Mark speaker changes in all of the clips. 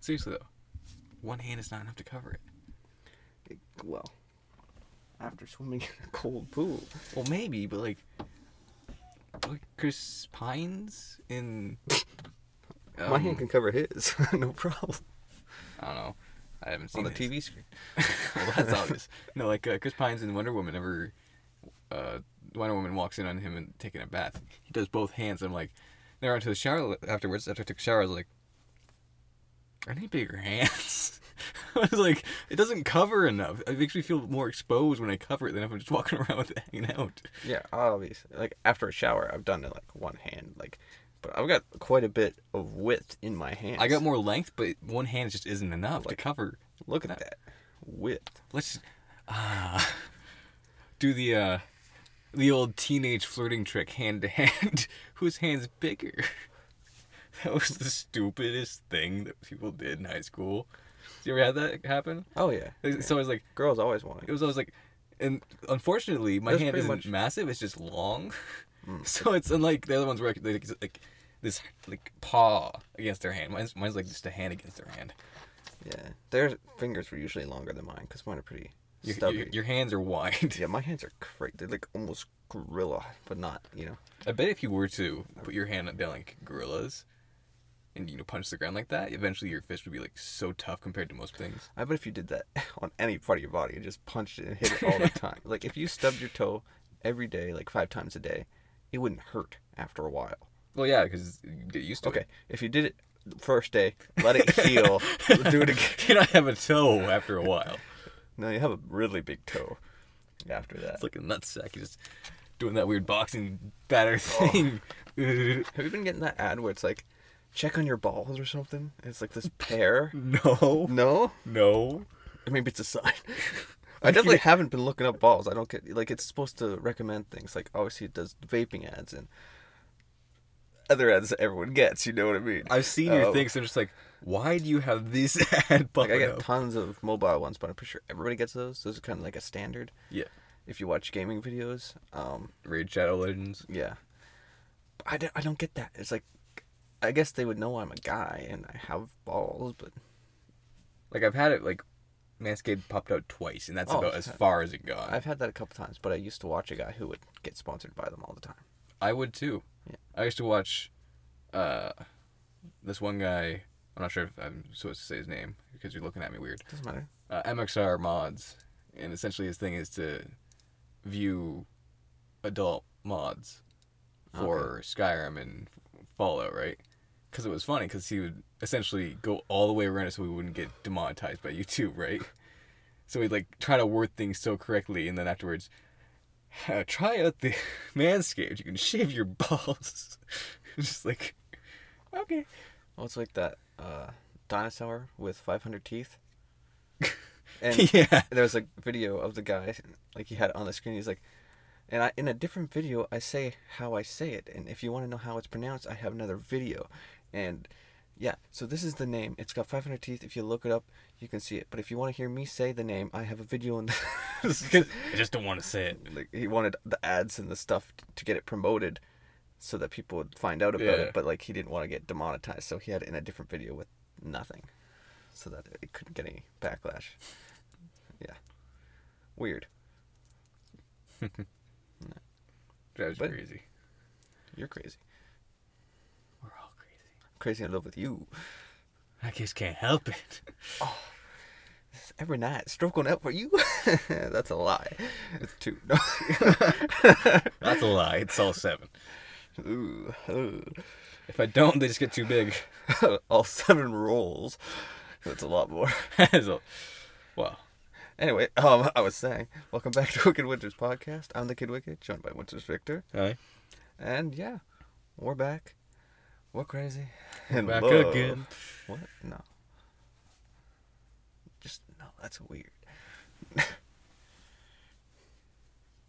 Speaker 1: Seriously though, one hand is not enough to cover it.
Speaker 2: It- well, after swimming in a cold pool.
Speaker 1: Well, maybe, but like, like Chris Pines in.
Speaker 2: My
Speaker 1: um,
Speaker 2: hand can cover his, no problem.
Speaker 1: I don't know. I haven't seen
Speaker 2: On the
Speaker 1: his.
Speaker 2: TV screen.
Speaker 1: well, that's obvious. No, like uh, Chris Pine's in Wonder Woman. Ever, uh, Wonder Woman walks in on him and taking a bath. He does both hands. I'm like, then I went to the shower afterwards. After I took a shower, I was like, I need bigger hands. I was like, it doesn't cover enough. It makes me feel more exposed when I cover it than if I'm just walking around with it hanging out.
Speaker 2: Yeah, obviously. Like after a shower, I've done it like one hand, like, but I've got quite a bit of width in my hands.
Speaker 1: I got more length, but one hand just isn't enough to cover.
Speaker 2: Look at that width.
Speaker 1: Let's uh, do the uh, the old teenage flirting trick hand to hand. Whose hand's bigger? That was the stupidest thing that people did in high school. You ever had that happen?
Speaker 2: Oh yeah,
Speaker 1: It's always like
Speaker 2: girls always want
Speaker 1: it
Speaker 2: it.
Speaker 1: was always like, and unfortunately, my
Speaker 2: That's
Speaker 1: hand
Speaker 2: pretty
Speaker 1: isn't
Speaker 2: much- Hmm.
Speaker 1: massive. It's just long, so it's unlike the other ones where I could, like, it's like this like paw against their hand. Mine's mine's like just a hand against their hand.
Speaker 2: Yeah, their fingers were usually longer than mine because mine are pretty
Speaker 1: Your, your,
Speaker 2: stubby.
Speaker 1: your hands are wide.
Speaker 2: Yeah, my hands are crazy. They're like almost gorilla, but not. You know.
Speaker 1: I bet if you were to put your hand down like gorillas, and you know punch the ground like that, eventually your fist would be like so tough compared to most things.
Speaker 2: I bet if you did that on any part of your body and just punched it and hit it all the time, like if you stubbed your toe every day, like five times a day, it wouldn't hurt after a while.
Speaker 1: Well, yeah, because you get used to
Speaker 2: Okay, if you did it the first day, let it heal, do it again.
Speaker 1: it. You not have a toe after a while.
Speaker 2: No, you have a really big toe after that.
Speaker 1: It's like a nutsack. You're just doing that weird boxing batter thing.
Speaker 2: Have you been getting that ad where it's like, check on your balls or something? And it's like this pear.
Speaker 1: no,
Speaker 2: no,
Speaker 1: no.
Speaker 2: Or maybe it's a sign. I definitely haven't been looking up balls. I don't get like it's supposed to recommend things. Like obviously it does vaping ads and other ads that everyone gets. You know what I mean?
Speaker 1: I've seen your
Speaker 2: Um,
Speaker 1: things. I'm just like, why do you have this ad
Speaker 2: Like I
Speaker 1: popping
Speaker 2: get
Speaker 1: up?
Speaker 2: tons of mobile ones, but I'm pretty sure everybody gets those. Those are kind of like a standard.
Speaker 1: Yeah,
Speaker 2: If you watch gaming videos, um,
Speaker 1: Raid Shadow Legends.
Speaker 2: yeah. But I don't, I don't get that. It's like, I guess they would know I'm a guy and I have balls, but
Speaker 1: Like I've had it like. Manscaped popped out twice, and that's
Speaker 2: Oh,
Speaker 1: about as far as it got.
Speaker 2: I've had that a couple times. But I used to watch a guy who would get sponsored by them all the time.
Speaker 1: I would too.
Speaker 2: Yeah.
Speaker 1: I used to watch uh, this one guy. I'm not sure if I'm supposed to say his name because you're looking at me weird.
Speaker 2: Doesn't matter.
Speaker 1: Uh, MXR mods, and essentially his thing is to view adult mods for Skyrim and Fallout, right? Because it was funny because he would essentially go all the way around it so we wouldn't get demonetized by YouTube, right? So he'd like try to word things so correctly, and then afterwards, uh, try out the Manscaped. You can shave your balls. It's just like, okay.
Speaker 2: Well, it's like that uh, dinosaur with 500 teeth. And
Speaker 1: yeah.
Speaker 2: there was a video of the guy, like he had it on the screen. He's like, and I, in a different video, I say how I say it. And if you want to know how it's pronounced, I have another video. And yeah, so this is the name. It's got 500 teeth. If you look it up, you can see it. But if you want to hear me say the name, I have a video on the.
Speaker 1: I just don't want to say it.
Speaker 2: like he wanted the ads and the stuff t- to get it promoted so that people would find out about
Speaker 1: Yeah.
Speaker 2: it but like he didn't want to get demonetized so he had it in a different video with nothing so that it couldn't get any backlash yeah weird
Speaker 1: Drives
Speaker 2: But-
Speaker 1: crazy.
Speaker 2: you're crazy
Speaker 1: We're all crazy.
Speaker 2: crazy in love with you
Speaker 1: I just can't help it.
Speaker 2: every night stroking out for you that's a lie it's two no.
Speaker 1: That's a lie. It's all seven.
Speaker 2: Ooh, ooh.
Speaker 1: If I don't, they just get too big.
Speaker 2: all seven rolls that's a lot more
Speaker 1: so, well,
Speaker 2: Anyway, um, I was saying, welcome back to Wicked Winters podcast. I'm the Kid Wicked, joined by Winters Victor,
Speaker 1: hi.
Speaker 2: and yeah, we're back. We're crazy and
Speaker 1: back
Speaker 2: love.
Speaker 1: again.
Speaker 2: What? No. Just no. That's weird.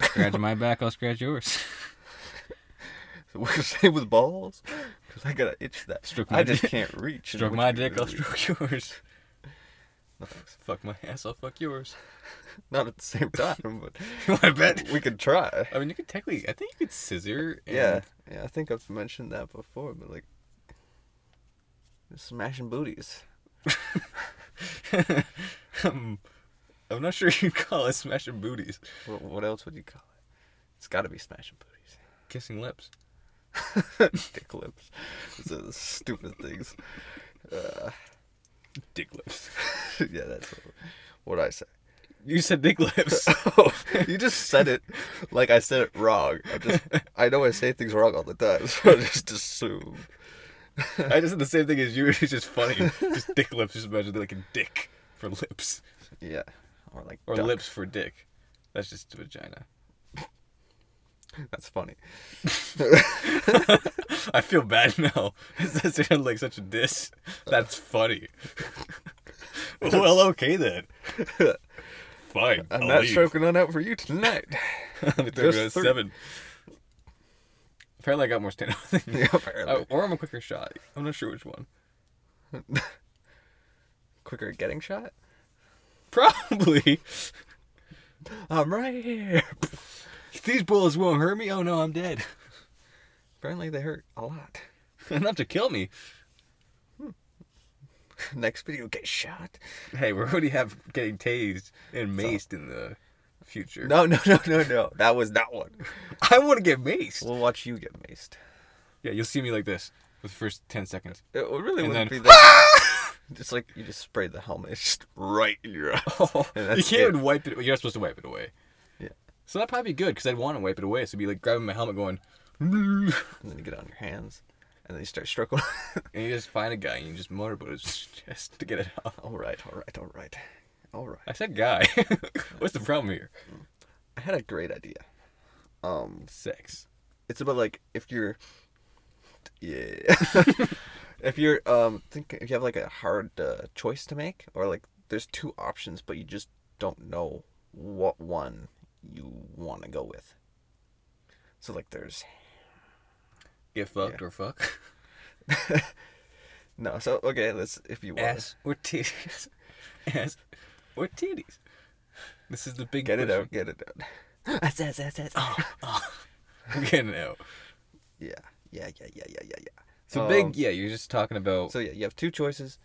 Speaker 1: Scratch my back, I'll scratch yours.
Speaker 2: So we're the same with balls, because I gotta itch that.
Speaker 1: Stroke my
Speaker 2: I just
Speaker 1: dick.
Speaker 2: can't reach.
Speaker 1: Stroke my dick, I'll stroke yours.
Speaker 2: No, thanks.
Speaker 1: Fuck my ass, I'll fuck yours.
Speaker 2: Not at the same time, but
Speaker 1: I bet.
Speaker 2: we could try.
Speaker 1: I mean, you could technically, I think you could scissor. And,
Speaker 2: Yeah, yeah. I think I've mentioned that before, but like, smashing booties.
Speaker 1: um, I'm not sure you call it smashing booties.
Speaker 2: What, what else would you call it? It's got to be smashing booties.
Speaker 1: Kissing lips.
Speaker 2: Dick lips. Those are the stupid things. Uh,
Speaker 1: Dick lips.
Speaker 2: yeah, that's what, what I say.
Speaker 1: You said dick lips.
Speaker 2: Oh, you just said it like I said it wrong. I just I know I say things wrong all the time, so I just assume.
Speaker 1: I just said the same thing as you. It's just funny. Just dick lips. Just imagine like a dick for lips
Speaker 2: Yeah, or like
Speaker 1: or
Speaker 2: duck.
Speaker 1: lips for dick. That's just vagina.
Speaker 2: That's funny.
Speaker 1: I feel bad now. That sounded like such a diss. That's funny. well, okay then. Fine.
Speaker 2: I'm
Speaker 1: I'll
Speaker 2: not
Speaker 1: leave.
Speaker 2: stroking on out for you tonight.
Speaker 1: I'm gonna go to
Speaker 2: Just three.
Speaker 1: seven. Apparently, I got more stand up than you.
Speaker 2: yeah, apparently.
Speaker 1: Uh, or I'm a quicker shot. I'm not sure which one.
Speaker 2: Quicker getting shot.
Speaker 1: Probably.
Speaker 2: I'm right here.
Speaker 1: These bullets won't hurt me. Oh no, I'm dead.
Speaker 2: Apparently they hurt a lot.
Speaker 1: Enough to kill me.
Speaker 2: Next video, get shot.
Speaker 1: Hey, we already have getting tased and maced in the future.
Speaker 2: No, no, no, no, no. That was not one.
Speaker 1: I want to get maced.
Speaker 2: We'll watch you get maced.
Speaker 1: yeah, you'll see me like this for the first 10 seconds.
Speaker 2: It really
Speaker 1: And
Speaker 2: wouldn't
Speaker 1: then-
Speaker 2: be that. just like you just sprayed the helmet just right in your eye. And
Speaker 1: you
Speaker 2: that's
Speaker 1: can't even wipe it. You're not supposed to wipe it away.
Speaker 2: Yeah.
Speaker 1: So that'd probably be good because I'd want to wipe it away. So it'd be like grabbing my helmet, going,
Speaker 2: And then you get it on your hands, and then you start stroking.
Speaker 1: and you just find a guy and you just motorboat his chest to get it off.
Speaker 2: all right, all right, all right, all right.
Speaker 1: I said guy. What's the problem here?
Speaker 2: I had a great idea. Um,
Speaker 1: Sex.
Speaker 2: it's about like if you're, yeah, if you're um think if you have like a hard uh, choice to make, or like there's two options, but you just don't know what one you want to go with. So like there's
Speaker 1: Get fucked or fuck.
Speaker 2: no so okay let's if you want
Speaker 1: Ass or titties. Ass or titties. This is the big
Speaker 2: get it
Speaker 1: question.
Speaker 2: out get it out. Ass, ass, ass, ass.
Speaker 1: I'm getting out.
Speaker 2: Yeah, yeah, yeah, yeah, yeah, yeah, yeah.
Speaker 1: So
Speaker 2: Um,
Speaker 1: big, yeah. You're just talking about.
Speaker 2: So yeah, you have two choices.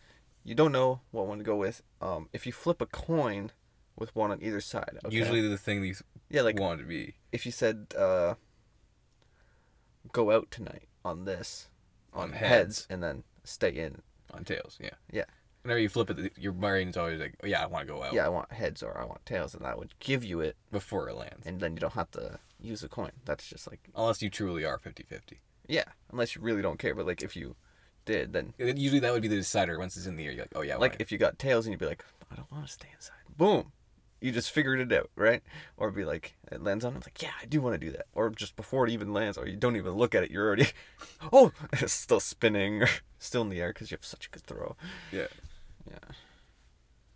Speaker 2: You don't know what one to go with. Um, if you flip a coin with one on either side, okay?
Speaker 1: Usually the thing these
Speaker 2: yeah, like
Speaker 1: want to be.
Speaker 2: if you said, uh, go out tonight on this,
Speaker 1: On
Speaker 2: on heads,
Speaker 1: heads.
Speaker 2: and then stay in.
Speaker 1: on tails. Yeah.
Speaker 2: Yeah.
Speaker 1: Whenever you flip it, your brain's always like, oh, "Yeah, I want to go out
Speaker 2: Yeah, I want heads or I want tails, and that would give you it,
Speaker 1: before it lands."
Speaker 2: and then you don't have to use a coin. That's just like
Speaker 1: Unless you truly are 50-50.
Speaker 2: yeah, unless you really don't care. But like if you did, then
Speaker 1: And Usually that would be the decider. Once it's in the air, you're like, "Oh yeah." I
Speaker 2: Like
Speaker 1: want it."
Speaker 2: if you got tails and you'd be like, I don't want to stay inside. Boom. You just figured it out, right? Or be like, it lands on him. Like, yeah, I do want to do that. Or just before it even lands, or you don't even look at it. You're already, oh, it's still spinning or still in the air because you have such a good throw.
Speaker 1: yeah.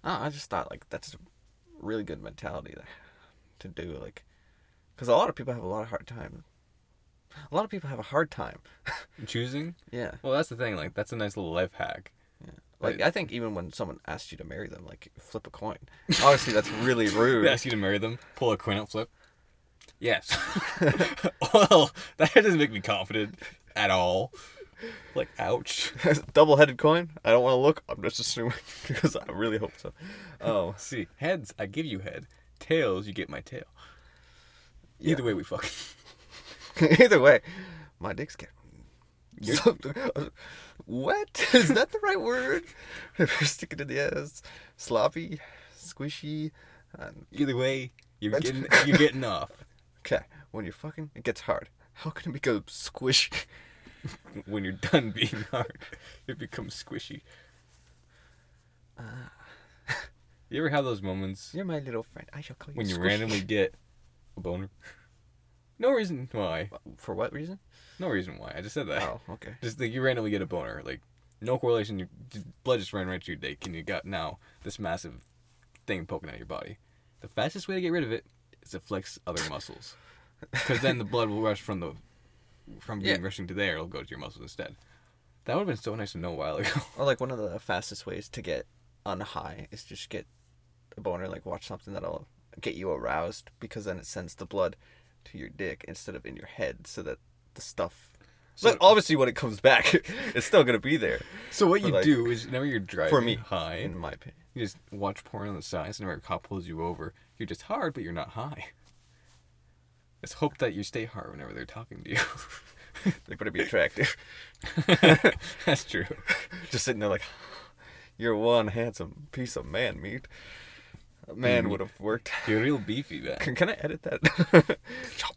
Speaker 2: Ah, I just thought, like, that's a really good mentality to, to do. Like, because a lot of people have a lot of hard time. A lot of people have a hard time.
Speaker 1: Choosing.
Speaker 2: Yeah.
Speaker 1: Well, that's the thing. Like that's a nice little life hack.
Speaker 2: Like, I think even when someone asks you to marry them, like, flip a coin. Obviously, that's really rude.
Speaker 1: They ask you to marry them. Pull a coin out flip. Yes. well, that doesn't make me confident at all. Like, ouch.
Speaker 2: double headed coin. I don't want to look. I'm just assuming because I really hope so. Oh,
Speaker 1: See, heads, I give you head. Tails, you get my tail. Either way, we fuck.
Speaker 2: either way, my dick's getting. Something- what is that the right word? Stick it in the ass. Sloppy, squishy. And,
Speaker 1: Either way, you're
Speaker 2: That's-
Speaker 1: getting you're getting off.
Speaker 2: okay, when you're fucking, it gets hard. How can it become squish?
Speaker 1: when you're done being hard, it becomes squishy.
Speaker 2: Uh.
Speaker 1: You ever have those moments
Speaker 2: You're my little friend. I shall call you.
Speaker 1: when you
Speaker 2: squishy.
Speaker 1: randomly get a boner? No reason why.
Speaker 2: For what reason?
Speaker 1: No reason why. I just said that.
Speaker 2: Oh, okay.
Speaker 1: Just like you randomly get a boner, like no correlation. Your j- blood just ran right to your dick, and you got now this massive thing poking out of your body. The fastest way to get rid of it is to flex other muscles, because then the blood will rush from the from being
Speaker 2: Yeah.
Speaker 1: rushing to there. It'll go to your muscles instead. That would have been so nice to know a while ago.
Speaker 2: Or like one of the fastest ways to get on high is just get a boner, like watch something that'll get you aroused because then it sends the blood to your dick instead of in your head, so that the stuff So obviously, when it comes back, it's still gonna be there.
Speaker 1: So what
Speaker 2: For,
Speaker 1: you
Speaker 2: like-
Speaker 1: do is whenever you're driving
Speaker 2: For me,
Speaker 1: high,
Speaker 2: in my opinion.
Speaker 1: you just watch porn on the side. So whenever a cop pulls you over, you're just hard, but you're not high. Just hope that you stay hard whenever they're talking to you.
Speaker 2: They better be attractive.
Speaker 1: That's true.
Speaker 2: Just sitting there like, you're one handsome piece of man meat. A man would have worked.
Speaker 1: You're real beefy, man.
Speaker 2: Can, can I edit that? Chop.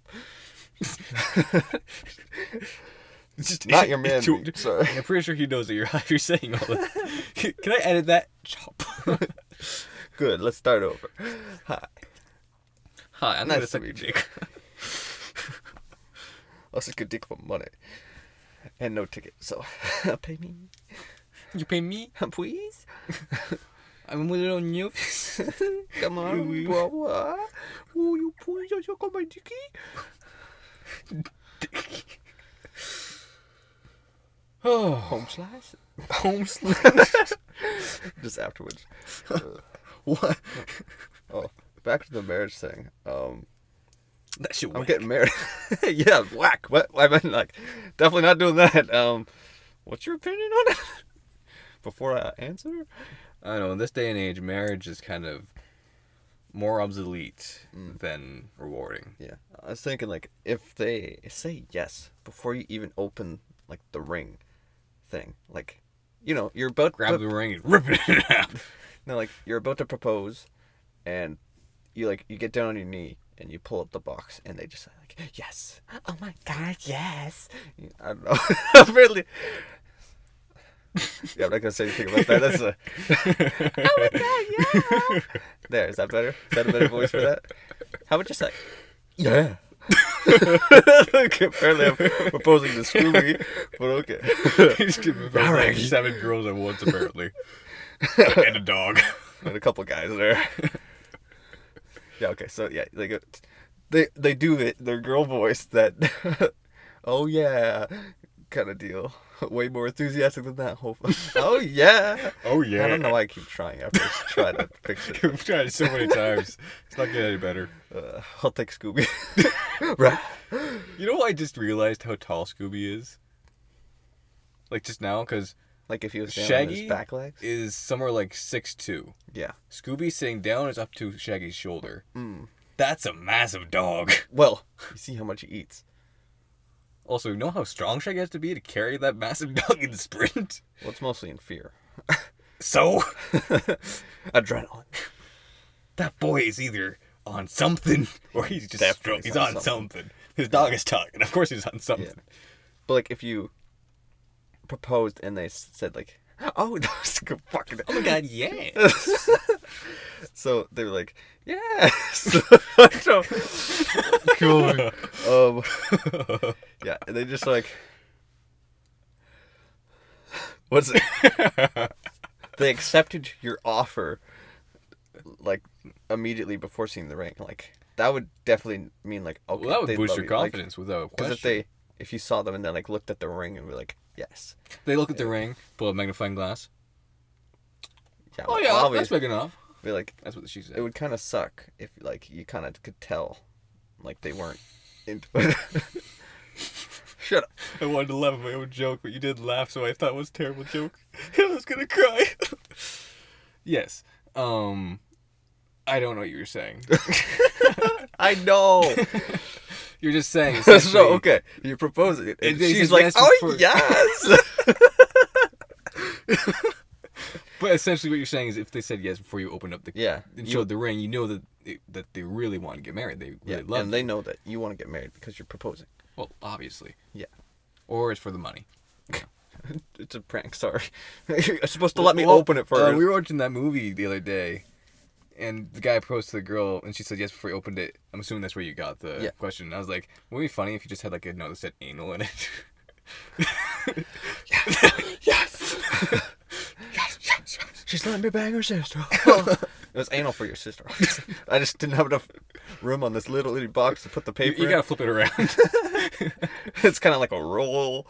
Speaker 1: Just-
Speaker 2: Not your man meat, sorry.
Speaker 1: I'm pretty sure he knows that you're you're saying all this. Can I edit that? Chop.
Speaker 2: Good. Let's start over. Hi.
Speaker 1: Hi, I'm
Speaker 2: Nice
Speaker 1: not
Speaker 2: to
Speaker 1: a suck your
Speaker 2: meet you.
Speaker 1: dick.
Speaker 2: I'll suck your dick for money, and no ticket. So pay me,
Speaker 1: You pay me?
Speaker 2: please.
Speaker 1: I'm a little nervous.
Speaker 2: Come on,
Speaker 1: Oui.
Speaker 2: blah blah. Will you please suck on my dicky?
Speaker 1: Oh,
Speaker 2: Home slice.
Speaker 1: home
Speaker 2: Just afterwards.
Speaker 1: What?
Speaker 2: Oh, back to the marriage thing. Um,
Speaker 1: That shit
Speaker 2: I'm
Speaker 1: whack.
Speaker 2: getting married. yeah, whack. What? I meant like, definitely not doing that. Um, what's your opinion on it? Before I answer,
Speaker 1: I don't know. In this day and age, marriage is kind of more obsolete than rewarding.
Speaker 2: yeah, I was thinking like if they say yes before you even open like the ring thing, like you know you're about
Speaker 1: Grab
Speaker 2: to,
Speaker 1: the ring and rip it in half.
Speaker 2: no like you're about to propose, and you like you get down on your knee and you pull up the box and they just like yes, oh my god yes, I don't know apparently. Yeah, I'm not gonna say anything about that. That's a oh my god, yeah. There, is that better? Is that a better voice for that? How about just like, yeah. okay, apparently I'm proposing to Scooby, but okay.
Speaker 1: He's giving birth to, like seven girls at once, apparently, and a dog.
Speaker 2: and a couple guys there. Yeah, okay, so yeah, like it- they they do it their girl voice that, oh yeah, kind of deal. Way more enthusiastic than that. Hopefully, oh yeah.
Speaker 1: Oh
Speaker 2: I don't know why I keep trying. I've just tried to fix it.
Speaker 1: We've tried it so many times. It's not getting any better.
Speaker 2: Uh, I'll take Scooby. right.
Speaker 1: You know, I just realized how tall Scooby is. Like just now, because
Speaker 2: Like if he was down on
Speaker 1: Shaggy
Speaker 2: his back legs.
Speaker 1: is somewhere like six two.
Speaker 2: Yeah.
Speaker 1: Scooby sitting down is up to Shaggy's shoulder.
Speaker 2: Mm.
Speaker 1: That's a massive dog.
Speaker 2: Well, you see how much he eats.
Speaker 1: Also, you know how strong Shaggy has to be to carry that massive dog in sprint?
Speaker 2: Well, it's mostly in fear.
Speaker 1: So,
Speaker 2: Adrenaline.
Speaker 1: that boy is either on something or he's just
Speaker 2: Definitely
Speaker 1: drunk. He's
Speaker 2: he's on
Speaker 1: on something. His dog is talking. Of course he's on something.
Speaker 2: Yeah. But like if you proposed and they s- said like, oh, that was a good fucking.
Speaker 1: Oh my god, yeah.
Speaker 2: So they're like, yes. So- God. Um, yeah, and they just like, what's it? they accepted your offer, like immediately before seeing the ring. Like that would definitely mean like, okay,
Speaker 1: Well, that
Speaker 2: they
Speaker 1: would boost
Speaker 2: love
Speaker 1: your
Speaker 2: you. Like,
Speaker 1: confidence without a
Speaker 2: Because
Speaker 1: question.
Speaker 2: if they if you saw them and then like looked at the ring and were like, yes,
Speaker 1: They look at the ring, pull a magnifying glass.
Speaker 2: yeah,
Speaker 1: Oh
Speaker 2: well,
Speaker 1: yeah,
Speaker 2: obvious-
Speaker 1: that's big enough.
Speaker 2: be like
Speaker 1: That's what she said.
Speaker 2: it would kind of suck if like you kind of could tell, like they weren't into it. Shut up.
Speaker 1: I wanted to laugh at my own joke, but you did laugh, so I thought it was a terrible joke. I was gonna cry. yes. Um, I don't know what you were saying.
Speaker 2: I know.
Speaker 1: You're just saying. essentially-
Speaker 2: so okay, you propose it, and,
Speaker 1: And they
Speaker 2: she's
Speaker 1: just
Speaker 2: like,
Speaker 1: asked
Speaker 2: oh
Speaker 1: for-
Speaker 2: yes.
Speaker 1: But essentially, what you're saying is, if they said yes before you opened up the
Speaker 2: yeah.
Speaker 1: and
Speaker 2: You,
Speaker 1: showed the ring, you know that they, that they really want to get married. They
Speaker 2: yeah,
Speaker 1: really love.
Speaker 2: and
Speaker 1: you.
Speaker 2: they know that you want to get married because you're proposing.
Speaker 1: Well, obviously.
Speaker 2: Yeah.
Speaker 1: Or it's for the money.
Speaker 2: It's a prank. Sorry, you're supposed to let me
Speaker 1: Well,
Speaker 2: open it
Speaker 1: uh,
Speaker 2: first.
Speaker 1: we were watching that movie the other day, and the guy approached the girl, and she said yes before he opened it. I'm assuming that's where you got the
Speaker 2: Yeah.
Speaker 1: question. And I was like, wouldn't it be funny if you just had like a note that said anal in it?
Speaker 2: yes. yes, yes, yes. She's letting me bang her sister. it was anal for your sister. I just didn't have enough room on this little itty box to put the
Speaker 1: you,
Speaker 2: paper.
Speaker 1: you
Speaker 2: in.
Speaker 1: gotta flip it around.
Speaker 2: it's kind of like a roll.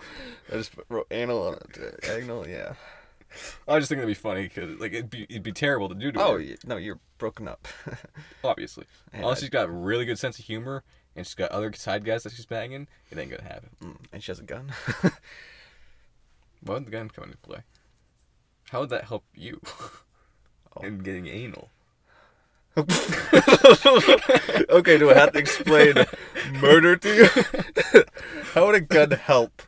Speaker 2: I just put ro- anal on it. Uh, Anal, yeah.
Speaker 1: I just think that'd be funny because like it'd be it'd be terrible to do to
Speaker 2: Oh
Speaker 1: her,
Speaker 2: y- no, you're broken up.
Speaker 1: obviously.
Speaker 2: And
Speaker 1: Unless
Speaker 2: I-
Speaker 1: she's got a really good sense of humor and she's got other side guys that she's banging, it ain't gonna happen.
Speaker 2: Mm, and she has a gun.
Speaker 1: Why would the gun come into play? How would that help you
Speaker 2: Oh.
Speaker 1: in getting anal?
Speaker 2: okay, do I have to explain murder to you? How would a gun help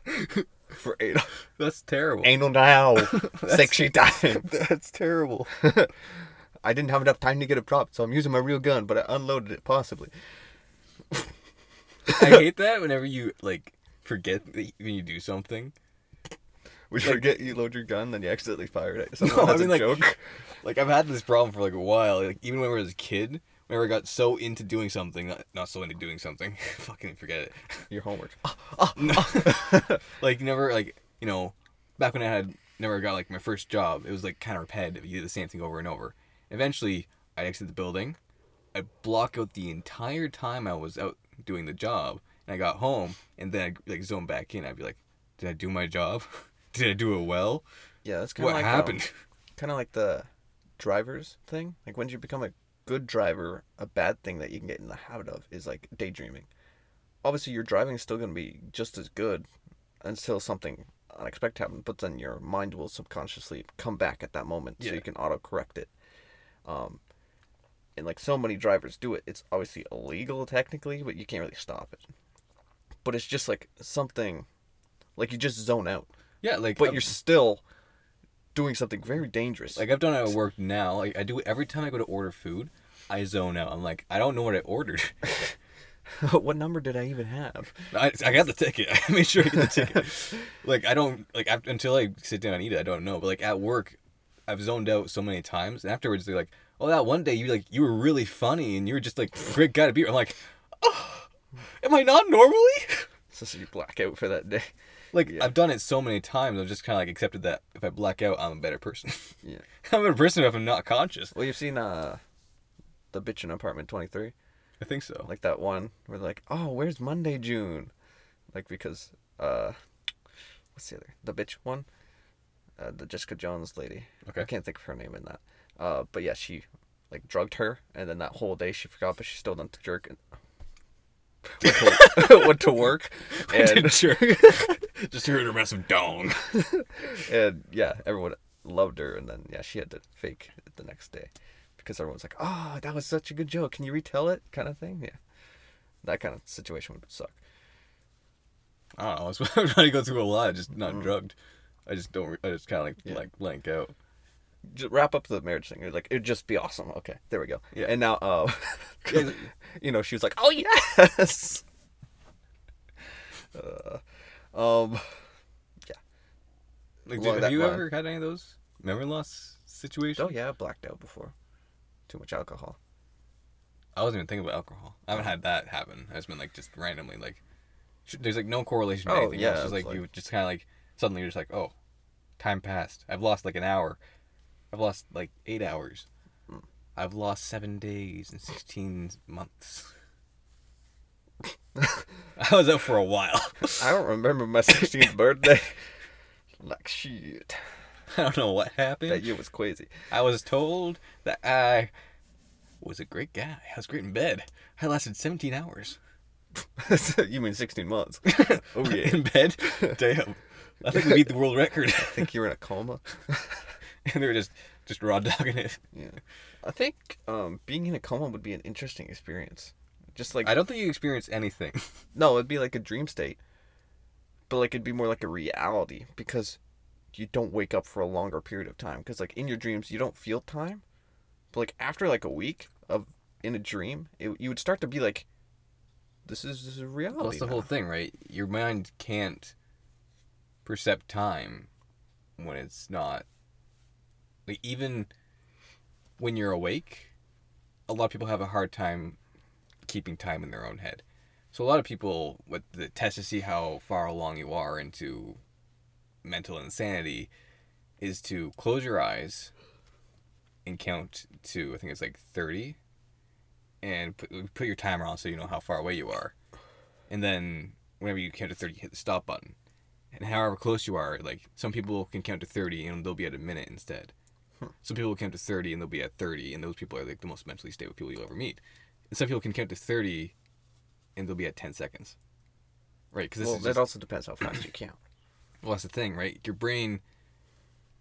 Speaker 2: for anal?
Speaker 1: That's terrible.
Speaker 2: Anal now, sexy time.
Speaker 1: That's terrible.
Speaker 2: I didn't have enough time to get a prop, so I'm using my real gun, but I unloaded it possibly.
Speaker 1: I hate that whenever you like forget that you- when you do something.
Speaker 2: Would you forget you load your gun, then you accidentally fired it?
Speaker 1: No,
Speaker 2: Someone no,
Speaker 1: I
Speaker 2: I
Speaker 1: mean,
Speaker 2: a
Speaker 1: like-
Speaker 2: joke.
Speaker 1: Like I've had this problem for like a while. Like even when I was a kid, whenever I got so into doing something, not, not so into doing something, fucking forget it.
Speaker 2: Your homework.
Speaker 1: No. like never like you know, back when I had never got like my first job, it was like kind of repetitive. You did the same thing over and over. Eventually, I'd exit the building. I'd block out the entire time I was out doing the job, and I got home, and then I like zone back in. I'd be like, "Did I do my job? did I do it well?
Speaker 2: Yeah, that's kind of
Speaker 1: What
Speaker 2: like,
Speaker 1: happened?"
Speaker 2: kind of like the drivers thing. Like when you become a good driver, a bad thing that you can get in the habit of is like daydreaming. Obviously, your driving is still going to be just as good until something unexpected happens, but then your mind will subconsciously come back at that moment, so
Speaker 1: Yeah.
Speaker 2: you can auto correct it. Um, and like so many drivers do it, it's obviously illegal technically, but you can't really stop it. But it's just like something, like you just zone out,
Speaker 1: yeah, like
Speaker 2: but
Speaker 1: I've-
Speaker 2: you're still doing something very dangerous.
Speaker 1: Like I've done it at work now. Like I do it every time I go to order food, I zone out. I'm like, I don't know what I ordered.
Speaker 2: what number did I even have?
Speaker 1: I, I got the ticket. I made sure I get the ticket. like I don't like af- until I sit down and eat it. I don't know. But like at work, I've zoned out so many times, and afterwards they're like, "Oh, that one day you like you were really funny, and you were just like great guy to be." I'm like, oh, "Am I not normally?"
Speaker 2: So, so you black out for that day.
Speaker 1: Like
Speaker 2: Yeah.
Speaker 1: I've done it so many times, I've just kind of like accepted that if I black out, I'm a better person.
Speaker 2: Yeah.
Speaker 1: I'm a better person if I'm not conscious.
Speaker 2: Well, you've seen uh, the bitch in apartment twenty three,
Speaker 1: I think so.
Speaker 2: like that one where they're like, oh, where's Monday June? Like because uh, what's the other the bitch one? Uh, the Jessica Jones lady. I
Speaker 1: Okay.
Speaker 2: can't think of her name in that. Uh, but yeah, she like drugged her, and then that whole day she forgot, but she still done the jerk. And... went, to, went to work, and
Speaker 1: sure. just heard a massive dong.
Speaker 2: and yeah, everyone loved her, and then yeah, she had to fake it the next day because everyone's like, "Oh, that was such a good joke. Can you retell it?" Kind of thing. Yeah, that kind of situation would suck.
Speaker 1: Oh, I don't know. I'm trying to go through a lot, just not drugged. I just don't. I just kind of like like blank out.
Speaker 2: Just wrap up the marriage thing. You're Like it'd just be awesome. Okay, there we go.
Speaker 1: Yeah.
Speaker 2: And now, uh, you know, she was like, "Oh yes." Uh, um,
Speaker 1: Like, did,
Speaker 2: Along
Speaker 1: have
Speaker 2: that
Speaker 1: you
Speaker 2: line.
Speaker 1: ever had any of those memory loss situations?
Speaker 2: oh yeah, I blacked out before. Too much alcohol.
Speaker 1: I wasn't even thinking about alcohol. I haven't had that happen. I just been like just randomly like. sh- There's like no correlation to
Speaker 2: Oh,
Speaker 1: anything.
Speaker 2: yeah,
Speaker 1: it's just
Speaker 2: it's
Speaker 1: like,
Speaker 2: like-
Speaker 1: you just kind of like suddenly you're just like, oh, time passed. I've lost like an hour. I've lost like eight hours. I've lost seven days and sixteen months. I was out for a while.
Speaker 2: I don't remember my 16th birthday. Like shit,
Speaker 1: I don't know what happened.
Speaker 2: that year was crazy.
Speaker 1: I was told that I was a great guy. I was great in bed. I lasted 17 hours
Speaker 2: you mean 16 months? oh yeah.
Speaker 1: in bed. Damn. I think we beat the world record.
Speaker 2: think you were in a coma.
Speaker 1: and they were just, just raw dogging it.
Speaker 2: yeah. I think um, being in a coma would be an interesting experience. Just like
Speaker 1: I don't think you experience anything.
Speaker 2: no, it'd be like a dream state, but like it'd be more like a reality because you don't wake up for a longer period of time. Because like in your dreams, you don't feel time, but like after like a week of in a dream, it, you would start to be like, this is, this is reality.
Speaker 1: Well, that's the
Speaker 2: now.
Speaker 1: whole thing, right? Your mind can't percept time when it's not. Like, even when you're awake, a lot of people have a hard time keeping time in their own head. So, a lot of people, with the test to see how far along you are into mental insanity, is to close your eyes and count to, I think it's like 30, and put, put your timer on so you know how far away you are and then whenever you count to 30 you hit the stop button and however close you are like some people can count to 30 and they'll be at a minute instead some people will count to 30 and they'll be at 30 and those people are like the most mentally stable people you'll ever meet and some people can count to 30 and they'll be at 10 seconds. Right? Because this
Speaker 2: Well,
Speaker 1: is
Speaker 2: that
Speaker 1: just,
Speaker 2: also depends how fast you count.
Speaker 1: well, that's the thing, right? Your brain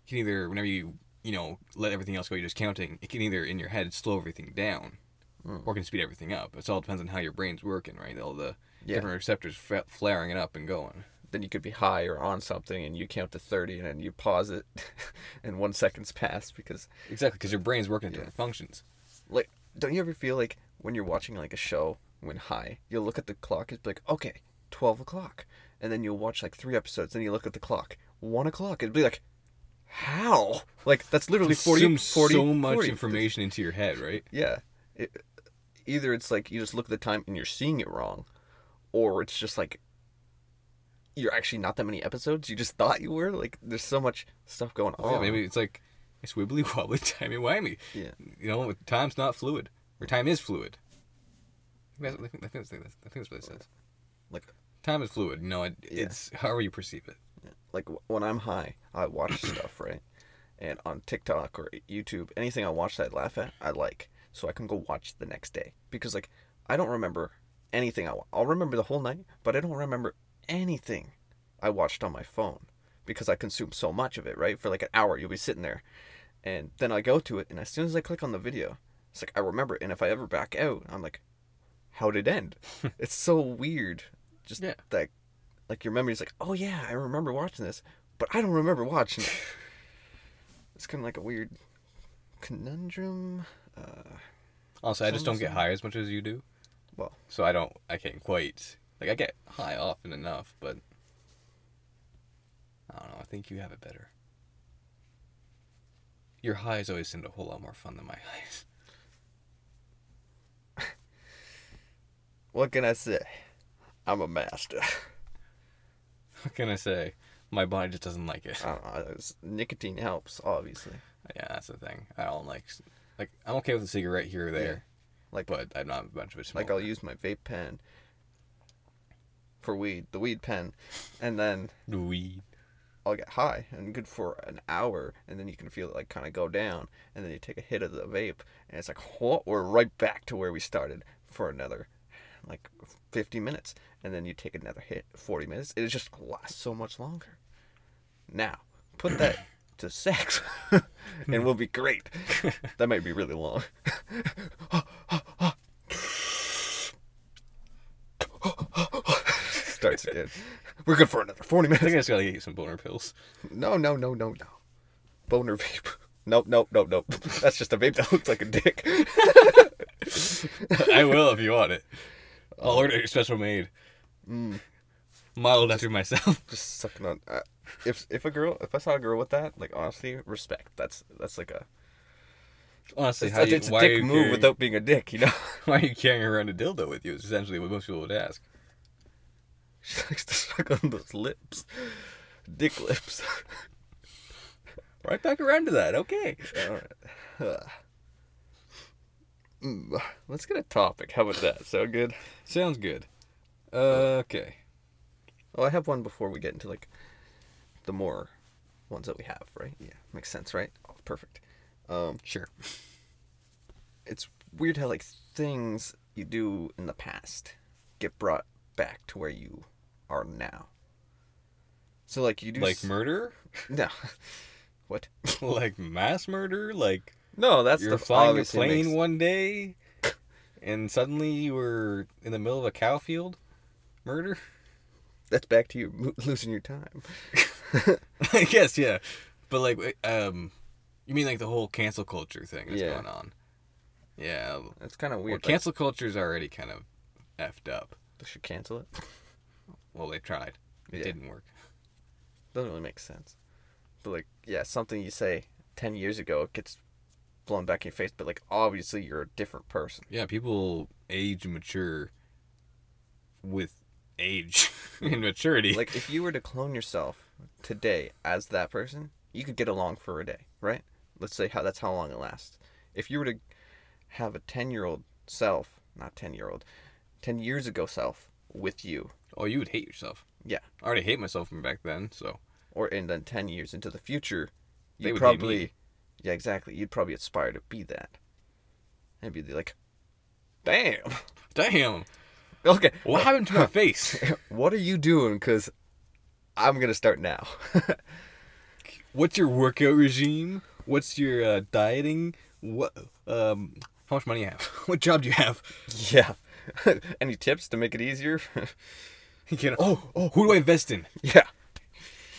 Speaker 1: can either, whenever you, you know, let everything else go, you're just counting, it can either in your head slow everything down
Speaker 2: Mm.
Speaker 1: or it can speed everything up. It all depends on how your brain's working, right? All the
Speaker 2: Yeah.
Speaker 1: different receptors f- flaring it up and going.
Speaker 2: Then you could be high or on something, and you count to thirty, and then you pause it, and one second's passed because
Speaker 1: Exactly, because your brain's working at different functions.
Speaker 2: like don't you ever feel like when you're watching like a show when high you'll look at the clock it's like okay 12 o'clock and then you'll watch like three episodes then you look at the clock 1 o'clock it'd be like how like that's literally 40,
Speaker 1: Consumes
Speaker 2: 40
Speaker 1: so much
Speaker 2: 40.
Speaker 1: information into your head, right?
Speaker 2: yeah it, either it's like you just look at the time and you're seeing it wrong or it's just like you're actually not that many episodes you just thought you were like there's so much stuff going on
Speaker 1: Oh, Yeah, maybe it's like it's wibbly wobbly, timey wimey.
Speaker 2: Oh, yeah
Speaker 1: You know, time's not fluid, or time is fluid. I think that's, I think that's, I think that's, I think that's what it says.
Speaker 2: like
Speaker 1: Time is fluid. You know, it,
Speaker 2: Yeah.
Speaker 1: it's however you perceive it.
Speaker 2: like w- when I'm high, I watch stuff, right? And on TikTok or YouTube, anything I watch that I laugh at, I like, so I can go watch the next day because like I don't remember anything I wa- I'll remember the whole night, but I don't remember anything I watched on my phone because I consume so much of it, right? For like an hour, you'll be sitting there, and then I go to it, and as soon as I click on the video, it's like I remember it, and if I ever back out, I'm like, how did it end? it's so weird, just
Speaker 1: Yeah.
Speaker 2: that like your memory's like, oh yeah, I remember watching this, but I don't remember watching it. it's kind of like a weird conundrum. Uh,
Speaker 1: Also, I just don't get
Speaker 2: Something-
Speaker 1: high as much as you do,
Speaker 2: well,
Speaker 1: so I don't. I can't quite. Like I get high often enough, but I don't know. I think you have it better. Your highs always seemed a whole lot more fun than my highs.
Speaker 2: what can I say? I'm a master.
Speaker 1: What can I say? My body just doesn't like it.
Speaker 2: I don't know, Uh, it's- nicotine helps, obviously.
Speaker 1: Yeah, that's the thing. I don't like s- like I'm okay with a cigarette here or there,
Speaker 2: Like
Speaker 1: but I'm not much of a smoker.
Speaker 2: like I'll use my vape pen for weed, the weed pen, and then
Speaker 1: the weed.
Speaker 2: I'll get high and good for an hour, and then you can feel it like kind of go down, and then you take a hit of the vape, and it's like what? We're right back to where we started for another like 50 minutes, and then you take another hit, 40 minutes. It just lasts so much longer. Now put that to sex, and we'll be great. that might be really long. Starts again. We're good for another 40 minutes.
Speaker 1: I think I just gotta get some boner pills.
Speaker 2: No, no, no, no, no. Boner vape. Nope, nope, nope, nope. That's just a vape that looks like a dick.
Speaker 1: I will if you want it.
Speaker 2: Oh.
Speaker 1: I'll order it special made.
Speaker 2: Mm.
Speaker 1: Modeled after myself.
Speaker 2: just sucking on. Uh, if if a girl, if I saw a girl with that, like honestly, respect. That's that's like a.
Speaker 1: Honestly,
Speaker 2: It's,
Speaker 1: how you,
Speaker 2: it's a
Speaker 1: why, are
Speaker 2: dick
Speaker 1: you
Speaker 2: move
Speaker 1: carrying,
Speaker 2: without being a dick, you know.
Speaker 1: why are you carrying around a dildo with you? Is essentially what most people would ask.
Speaker 2: she likes to suck on those lips, dick lips.
Speaker 1: Right back around to that. Okay.
Speaker 2: All right. Mm, Let's get a topic. How about that? Sound good?
Speaker 1: Sounds good. Uh, okay.
Speaker 2: Oh, I have one before we get into like the more ones that we have, right? Yeah, makes sense, right? Oh, perfect. Um,
Speaker 1: Sure.
Speaker 2: it's weird how like things you do in the past get brought back to where you are now. So like you do
Speaker 1: Like
Speaker 2: s-
Speaker 1: murder?
Speaker 2: no, what?
Speaker 1: like mass murder? Like
Speaker 2: No, that's
Speaker 1: You're
Speaker 2: the
Speaker 1: flying a
Speaker 2: obviously
Speaker 1: plane
Speaker 2: makes-
Speaker 1: one day, and suddenly you were in the middle of a cow field murder.
Speaker 2: That's back to you mo- losing your time.
Speaker 1: I guess yeah, but like wait, um, you mean like the whole cancel culture thing that's
Speaker 2: Yeah.
Speaker 1: going on? Yeah, well,
Speaker 2: That's kind of weird. like,
Speaker 1: cancel culture's already kind of effed up.
Speaker 2: they should cancel it.
Speaker 1: Well, they tried, it
Speaker 2: Yeah.
Speaker 1: didn't work.
Speaker 2: Doesn't really make sense. But like, yeah, something you say ten years ago gets blown back in your face. But like, obviously you're a different person.
Speaker 1: Yeah, people age and mature with age and maturity.
Speaker 2: like if you were to clone yourself today as that person, you could get along for a day, right? Let's say how that's how long it lasts. If you were to have a ten year old self, not ten year old, ten years ago self with you,
Speaker 1: oh, you would hate yourself.
Speaker 2: yeah,
Speaker 1: I already hate myself from back then, so
Speaker 2: or and then ten years into the future,
Speaker 1: They
Speaker 2: you
Speaker 1: would be
Speaker 2: probably,
Speaker 1: me.
Speaker 2: yeah, exactly, you'd probably aspire to be that, and be like, damn,
Speaker 1: damn.
Speaker 2: Okay.
Speaker 1: What happened to my face?
Speaker 2: What are you doing? Because I'm going to start now.
Speaker 1: What's your workout regime? What's your uh, dieting? What um how much money you have? What job do you have?
Speaker 2: yeah. Any tips to make it easier?
Speaker 1: You know, oh, oh, who do I invest in?
Speaker 2: yeah.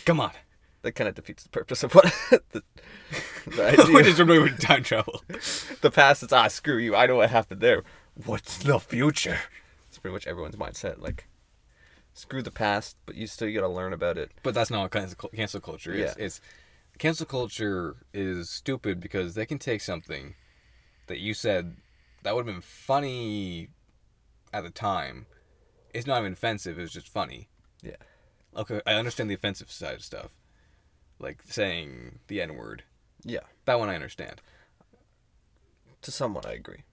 Speaker 1: Come on.
Speaker 2: That kind of defeats the purpose of what the, the
Speaker 1: we
Speaker 2: idea.
Speaker 1: just remember time travel.
Speaker 2: the past is, ah, screw you. I know what happened there. What's the future? It's pretty much everyone's mindset. Like, screw the past, but you still got to learn about it.
Speaker 1: But that's not what cancel, cancel culture is.
Speaker 2: Yeah.
Speaker 1: It's cancel culture is stupid because they can take something that you said that would have been funny at the time. It's not even offensive. It was just funny.
Speaker 2: Yeah.
Speaker 1: Okay, I understand the offensive side of stuff, like saying the N word.
Speaker 2: Yeah.
Speaker 1: That one I understand.
Speaker 2: to someone i agree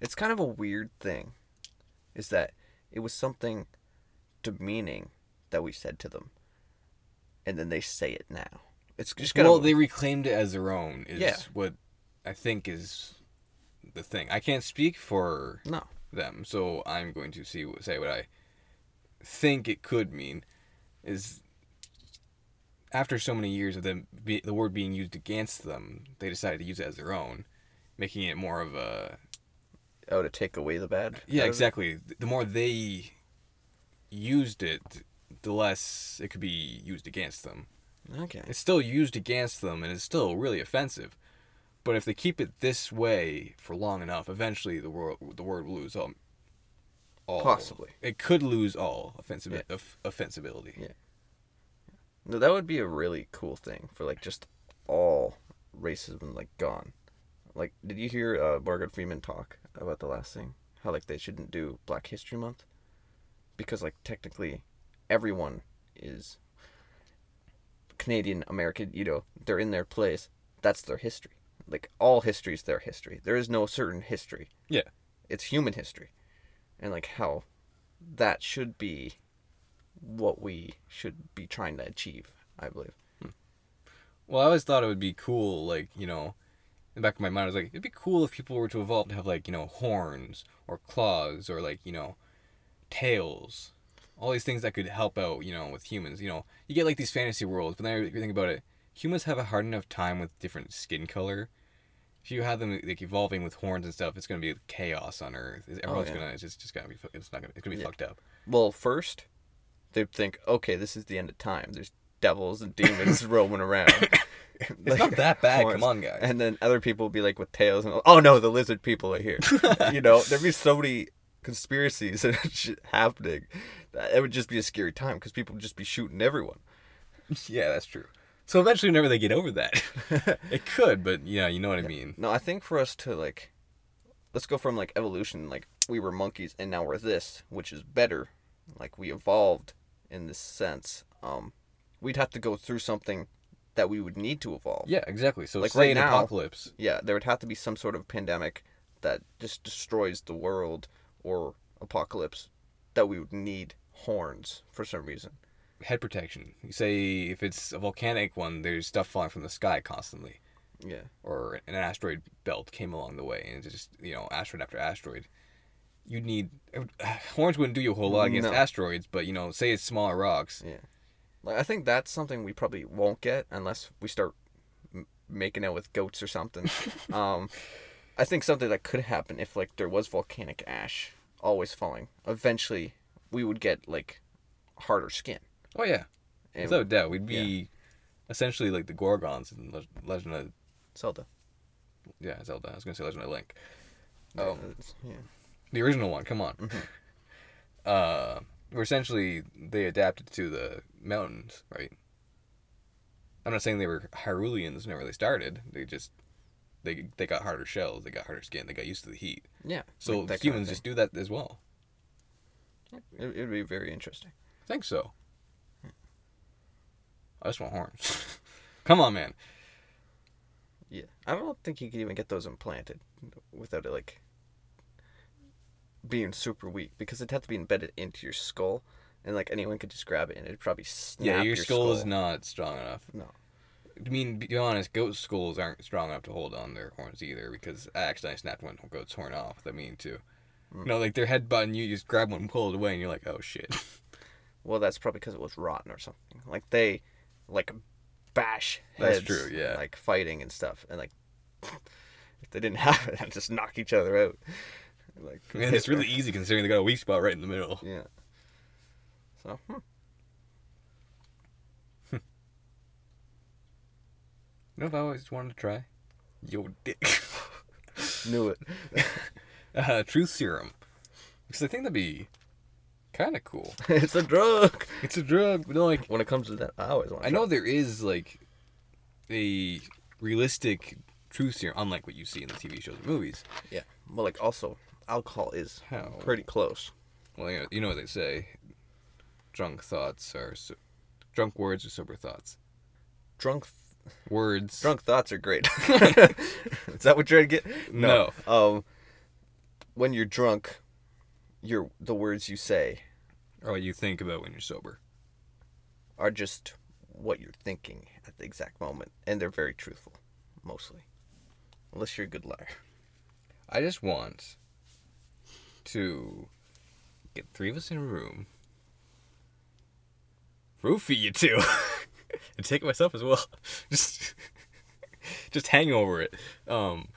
Speaker 2: it's kind of a weird thing is that it was something demeaning that we said to them and then they say it now it's just kind
Speaker 1: well,
Speaker 2: of
Speaker 1: they reclaimed it as their own. Is
Speaker 2: Yeah.
Speaker 1: what I think is the thing. I can't speak for
Speaker 2: no
Speaker 1: them. So I'm going to see what, say what I think it could mean is after so many years of them be, the word being used against them, they decided to use it as their own, making it more of a
Speaker 2: oh to take away the bad
Speaker 1: yeah
Speaker 2: out of it?
Speaker 1: exactly. The more they used it, the less it could be used against them.
Speaker 2: okay
Speaker 1: It's still used against them and it's still really offensive. But if they keep it this way for long enough, eventually the word the word will lose all. all
Speaker 2: Possibly.
Speaker 1: it could lose all offensive
Speaker 2: Yeah.
Speaker 1: of, offensibility.
Speaker 2: Yeah. no that would be a really cool thing for like just all racism like gone like did you hear uh, margaret freeman talk about the last thing how like they shouldn't do black history month because like technically everyone is Canadian American, you know, they're in their place. That's their history. Like all history is their history. There is no certain history.
Speaker 1: Yeah.
Speaker 2: It's human history. And like how that should be what we should be trying to achieve, I believe.
Speaker 1: Well, I always thought it would be cool, like you know, in the back of my mind, I was like, it'd be cool if people were to evolve to have like you know horns or claws or like you know, tails, all these things that could help out you know with humans. You know, you get like these fantasy worlds, but then if you think about it, humans have a hard enough time with different skin color. If you have them like evolving with horns and stuff, it's gonna be chaos on Earth. Everyone's
Speaker 2: Oh, yeah.
Speaker 1: gonna it's just, just gonna be fu- it's not gonna it's gonna be
Speaker 2: Yeah.
Speaker 1: fucked up.
Speaker 2: Well, first, they'd think, okay, this is the end of time. There's devils and demons roaming around.
Speaker 1: It's not that bad. Come on, guys.
Speaker 2: And then other people will be like with tails and oh no, the lizard people are here. you know, there'd be so many conspiracies and shit happening. That it would just be a scary time because people would just be shooting everyone.
Speaker 1: Yeah, that's true. So eventually, whenever they get over that, it could, but yeah, you know what I mean.
Speaker 2: No, I think for us to like, let's go from like evolution, like we were monkeys and now we're this, which is better. Like we evolved in this sense. Um, we'd have to go through something that we would need to evolve.
Speaker 1: Yeah, exactly. So
Speaker 2: Like,
Speaker 1: say
Speaker 2: right
Speaker 1: an
Speaker 2: now-
Speaker 1: apocalypse.
Speaker 2: yeah, there would have to be some sort of pandemic that just destroys the world or apocalypse that we would need horns for some reason.
Speaker 1: Head protection. You say if it's a volcanic one, there's stuff falling from the sky constantly,
Speaker 2: Yeah.
Speaker 1: or an asteroid belt came along the way, and it's just you know asteroid after asteroid. You need horns wouldn't do you a whole lot against
Speaker 2: No.
Speaker 1: asteroids, but you know, say it's smaller rocks.
Speaker 2: Yeah. Like I think that's something we probably won't get unless we start m- making out with goats or something. um I think something that could happen if like there was volcanic ash always falling. Eventually we would get like harder skin.
Speaker 1: Oh yeah,
Speaker 2: And
Speaker 1: without doubt, we'd be essentially like the Gorgons in Le- Legend of
Speaker 2: Zelda.
Speaker 1: yeah Zelda. I was gonna say Legend of Link.
Speaker 2: Oh, yeah.
Speaker 1: The original one, come on.
Speaker 2: Mm-hmm.
Speaker 1: uh, where essentially they adapted to the mountains, right? I'm not saying they were Hyruleans whenever they started. They just they they got harder shells, they got harder skin, they got used to the heat.
Speaker 2: Yeah.
Speaker 1: So
Speaker 2: like that kind of
Speaker 1: humans
Speaker 2: thing.
Speaker 1: just do that as well.
Speaker 2: it would be very interesting.
Speaker 1: I think so.
Speaker 2: Hmm.
Speaker 1: I just want horns. come on, man.
Speaker 2: Yeah, I don't think you could even get those implanted without it like being super weak because it'd have to be embedded into your skull, and like anyone could just grab it and it'd probably snap.
Speaker 1: yeah, your, skull, is
Speaker 2: skull.
Speaker 1: not strong enough.
Speaker 2: No.
Speaker 1: I mean, be honest, goat skulls aren't strong enough to hold on their horns either because I accidentally snapped one goat's horn off. with I mean, too. No, like their head button, you just grab one and pull it away, and you're like, oh shit.
Speaker 2: Well, that's probably because it was rotten or something. Like they, like, bash
Speaker 1: That's
Speaker 2: heads.
Speaker 1: true, yeah.
Speaker 2: Like fighting and stuff, and like, if they didn't have it, they'd just knock each other out. Like,
Speaker 1: And it's really easy considering they got a weak spot right in the middle.
Speaker 2: yeah. So, hmm.
Speaker 1: You know, if I always wanted to try, yo dick,
Speaker 2: knew it.
Speaker 1: uh, truth serum, because I think that'd be kind of cool.
Speaker 2: it's a drug.
Speaker 1: It's a drug, but like
Speaker 2: When it comes to that, I always want.
Speaker 1: I know there is like a realistic truth serum, unlike what you see in the TV shows and movies.
Speaker 2: Yeah. But like, also, alcohol is
Speaker 1: How?
Speaker 2: pretty close.
Speaker 1: Well, you know, you know what they say: drunk thoughts are so- drunk words are sober thoughts.
Speaker 2: Drunk,
Speaker 1: Words.
Speaker 2: drunk thoughts are great. is that what you're trying to get? Um, when you're drunk, your the words you say
Speaker 1: Or what you think about when you're sober.
Speaker 2: are just what you're thinking at the exact moment, and they're very truthful, mostly. Unless you're a good liar.
Speaker 1: I just want to get three of us in a room, roofie you two, and take it myself as well. Just, just hang over it. Um,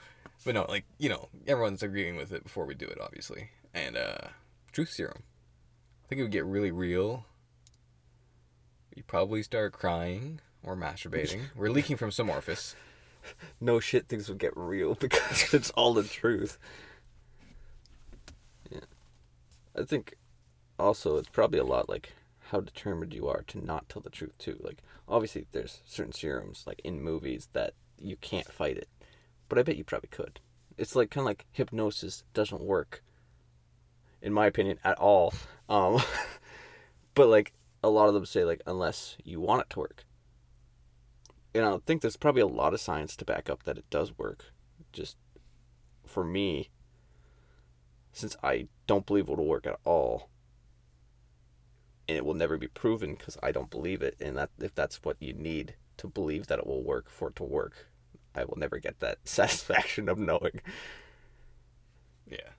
Speaker 1: but no, like you know, everyone's agreeing with it before we do it, obviously. And uh, truth serum. I think it would get really real. You probably start crying or masturbating. We're leaking from some orifice.
Speaker 2: No shit, things would get real because it's all the truth. Yeah, I think also it's probably a lot like how determined you are to not tell the truth too. Like obviously there's certain serums like in movies that you can't fight it, but I bet you probably could. It's like kind of like hypnosis doesn't work, in my opinion, at all. Um, but like a lot of them say like unless you want it to work. And I think there's probably a lot of science to back up that it does work. Just for me, since I don't believe it'll work at all, and it will never be proven because I don't believe it, and that if that's what you need to believe that it will work for it to work, I will never get that satisfaction of knowing.
Speaker 1: Yeah.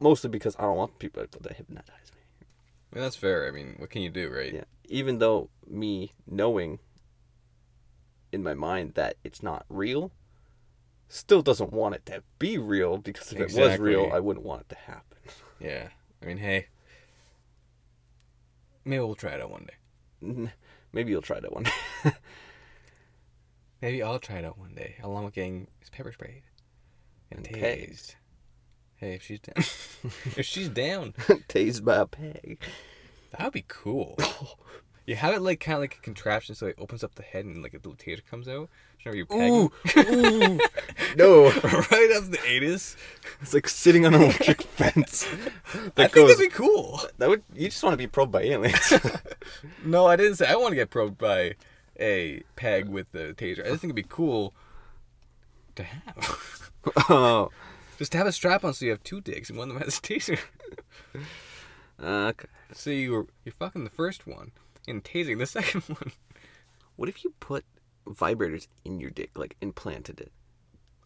Speaker 2: Mostly because I don't want people to hypnotize me.
Speaker 1: I mean, that's fair. I mean, what can you do, right?
Speaker 2: Yeah. Even though me knowing in my mind that it's not real still doesn't want it to be real because if it was real,
Speaker 1: Exactly.
Speaker 2: I wouldn't want it to happen.
Speaker 1: Yeah. I mean, hey. Maybe we'll try it out one day.
Speaker 2: N- Maybe you'll try that one.
Speaker 1: Maybe I'll try it out one day, along with getting pepper sprayed and
Speaker 2: And
Speaker 1: tased. Hey, if she's down, if she's down,
Speaker 2: Tased by a peg.
Speaker 1: that would be cool. You have it like kind of like a contraption, so it opens up the head and like a little taser comes out. So whenever you peg
Speaker 2: Ooh,
Speaker 1: ooh,
Speaker 2: No,
Speaker 1: right up the anus.
Speaker 2: it's like sitting on an electric fence.
Speaker 1: I think
Speaker 2: That goes.
Speaker 1: that'd be cool.
Speaker 2: That would. You just want to be probed by aliens.
Speaker 1: No, I didn't say I want to get probed by a peg with the taser. I just think it'd be cool to have.
Speaker 2: oh.
Speaker 1: Just have a strap on so you have two dicks and one of them has a taser.
Speaker 2: Okay.
Speaker 1: so you're you're fucking the first one and tasing the second one.
Speaker 2: What if you put vibrators in your dick, like implanted it?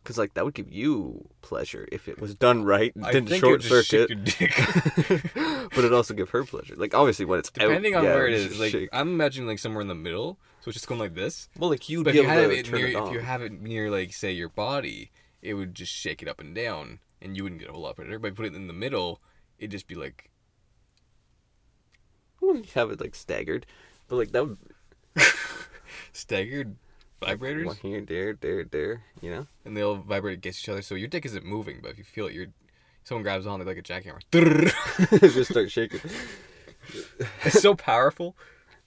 Speaker 2: Because like that would give you pleasure if it was done right, and didn't
Speaker 1: it
Speaker 2: short
Speaker 1: would just shake
Speaker 2: circuit.
Speaker 1: your dick.
Speaker 2: but it'd also give her pleasure. Like obviously when it's out,
Speaker 1: Depending on
Speaker 2: yeah,
Speaker 1: where it
Speaker 2: would
Speaker 1: is, like
Speaker 2: shake.
Speaker 1: I'm imagining like somewhere in the middle, so it's just going like this.
Speaker 2: well, like you'd
Speaker 1: But
Speaker 2: be
Speaker 1: if you
Speaker 2: able
Speaker 1: have
Speaker 2: to
Speaker 1: it
Speaker 2: turn
Speaker 1: near,
Speaker 2: it
Speaker 1: if
Speaker 2: on.
Speaker 1: you have it near like say your body, it would just shake it up and down, and you wouldn't get a whole lot better. But if you put it in the middle, it'd just be like
Speaker 2: Well, you have it like staggered, but like that would
Speaker 1: staggered vibrators.
Speaker 2: one here, there, there, there. You know,
Speaker 1: and they'll vibrate against each other. So your dick isn't moving, but if you feel it, your someone grabs on like a jackhammer.
Speaker 2: just start shaking,
Speaker 1: it's so powerful.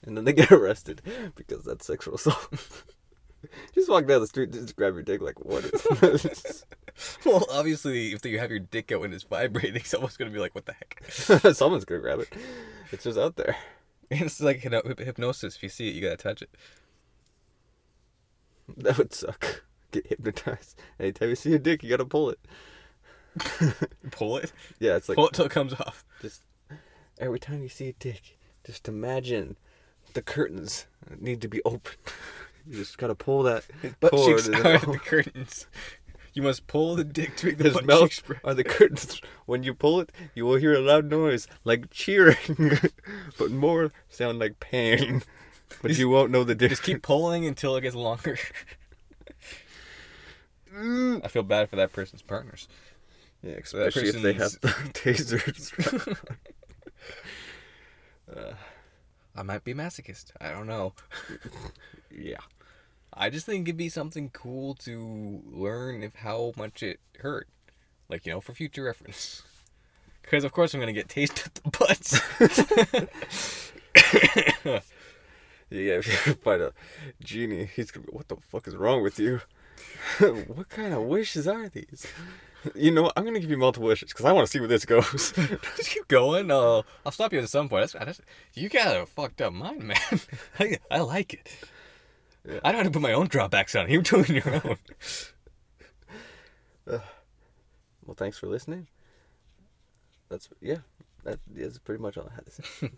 Speaker 2: and then they get arrested because that's sexual assault. just walk down the street, just grab your dick. Like what is this?
Speaker 1: Well, obviously, if you have your dick out and it's vibrating, someone's gonna be like, "What the heck?"
Speaker 2: Someone's gonna grab it. It's just out there.
Speaker 1: And it's like hypno- hyp- hypnosis. If you see it, you gotta touch it.
Speaker 2: That would suck. Get hypnotized. Anytime you see a dick, you gotta pull it.
Speaker 1: Pull it.
Speaker 2: Yeah, it's like
Speaker 1: Pull it till it comes off.
Speaker 2: just every time you see a dick, just imagine the curtains need to be open. you just gotta pull that
Speaker 1: Butt
Speaker 2: cord
Speaker 1: cheeks
Speaker 2: and
Speaker 1: out
Speaker 2: then-
Speaker 1: at the curtains. You must pull the dick to make the
Speaker 2: His
Speaker 1: butt
Speaker 2: mouth
Speaker 1: cheeks spread.
Speaker 2: are the curtains. When you pull it, you will hear a loud noise like cheering, but more sound like pain. But you won't know the difference.
Speaker 1: Just keep pulling until it gets longer. I feel bad for that person's partners.
Speaker 2: Yeah,
Speaker 1: that
Speaker 2: especially if they have tasers.
Speaker 1: I might be a masochist. I don't know.
Speaker 2: yeah.
Speaker 1: I just think it'd be something cool to learn if how much it hurt, like you know, for future reference. Because of course I'm gonna get tasted the butts.
Speaker 2: Yeah, if you find a genie, he's gonna go, What the fuck is wrong with you? what kind of wishes are these? You know, what, I'm gonna give you multiple wishes because I want to see where this goes.
Speaker 1: Just keep going. Uh, I'll stop you at some point. That's, that's, you got a fucked up mind, man. I, I like it.
Speaker 2: Yeah.
Speaker 1: I don't have to put my own drawbacks on. it. You're doing your own.
Speaker 2: well, thanks for listening. That's yeah. That is pretty much all I had to say.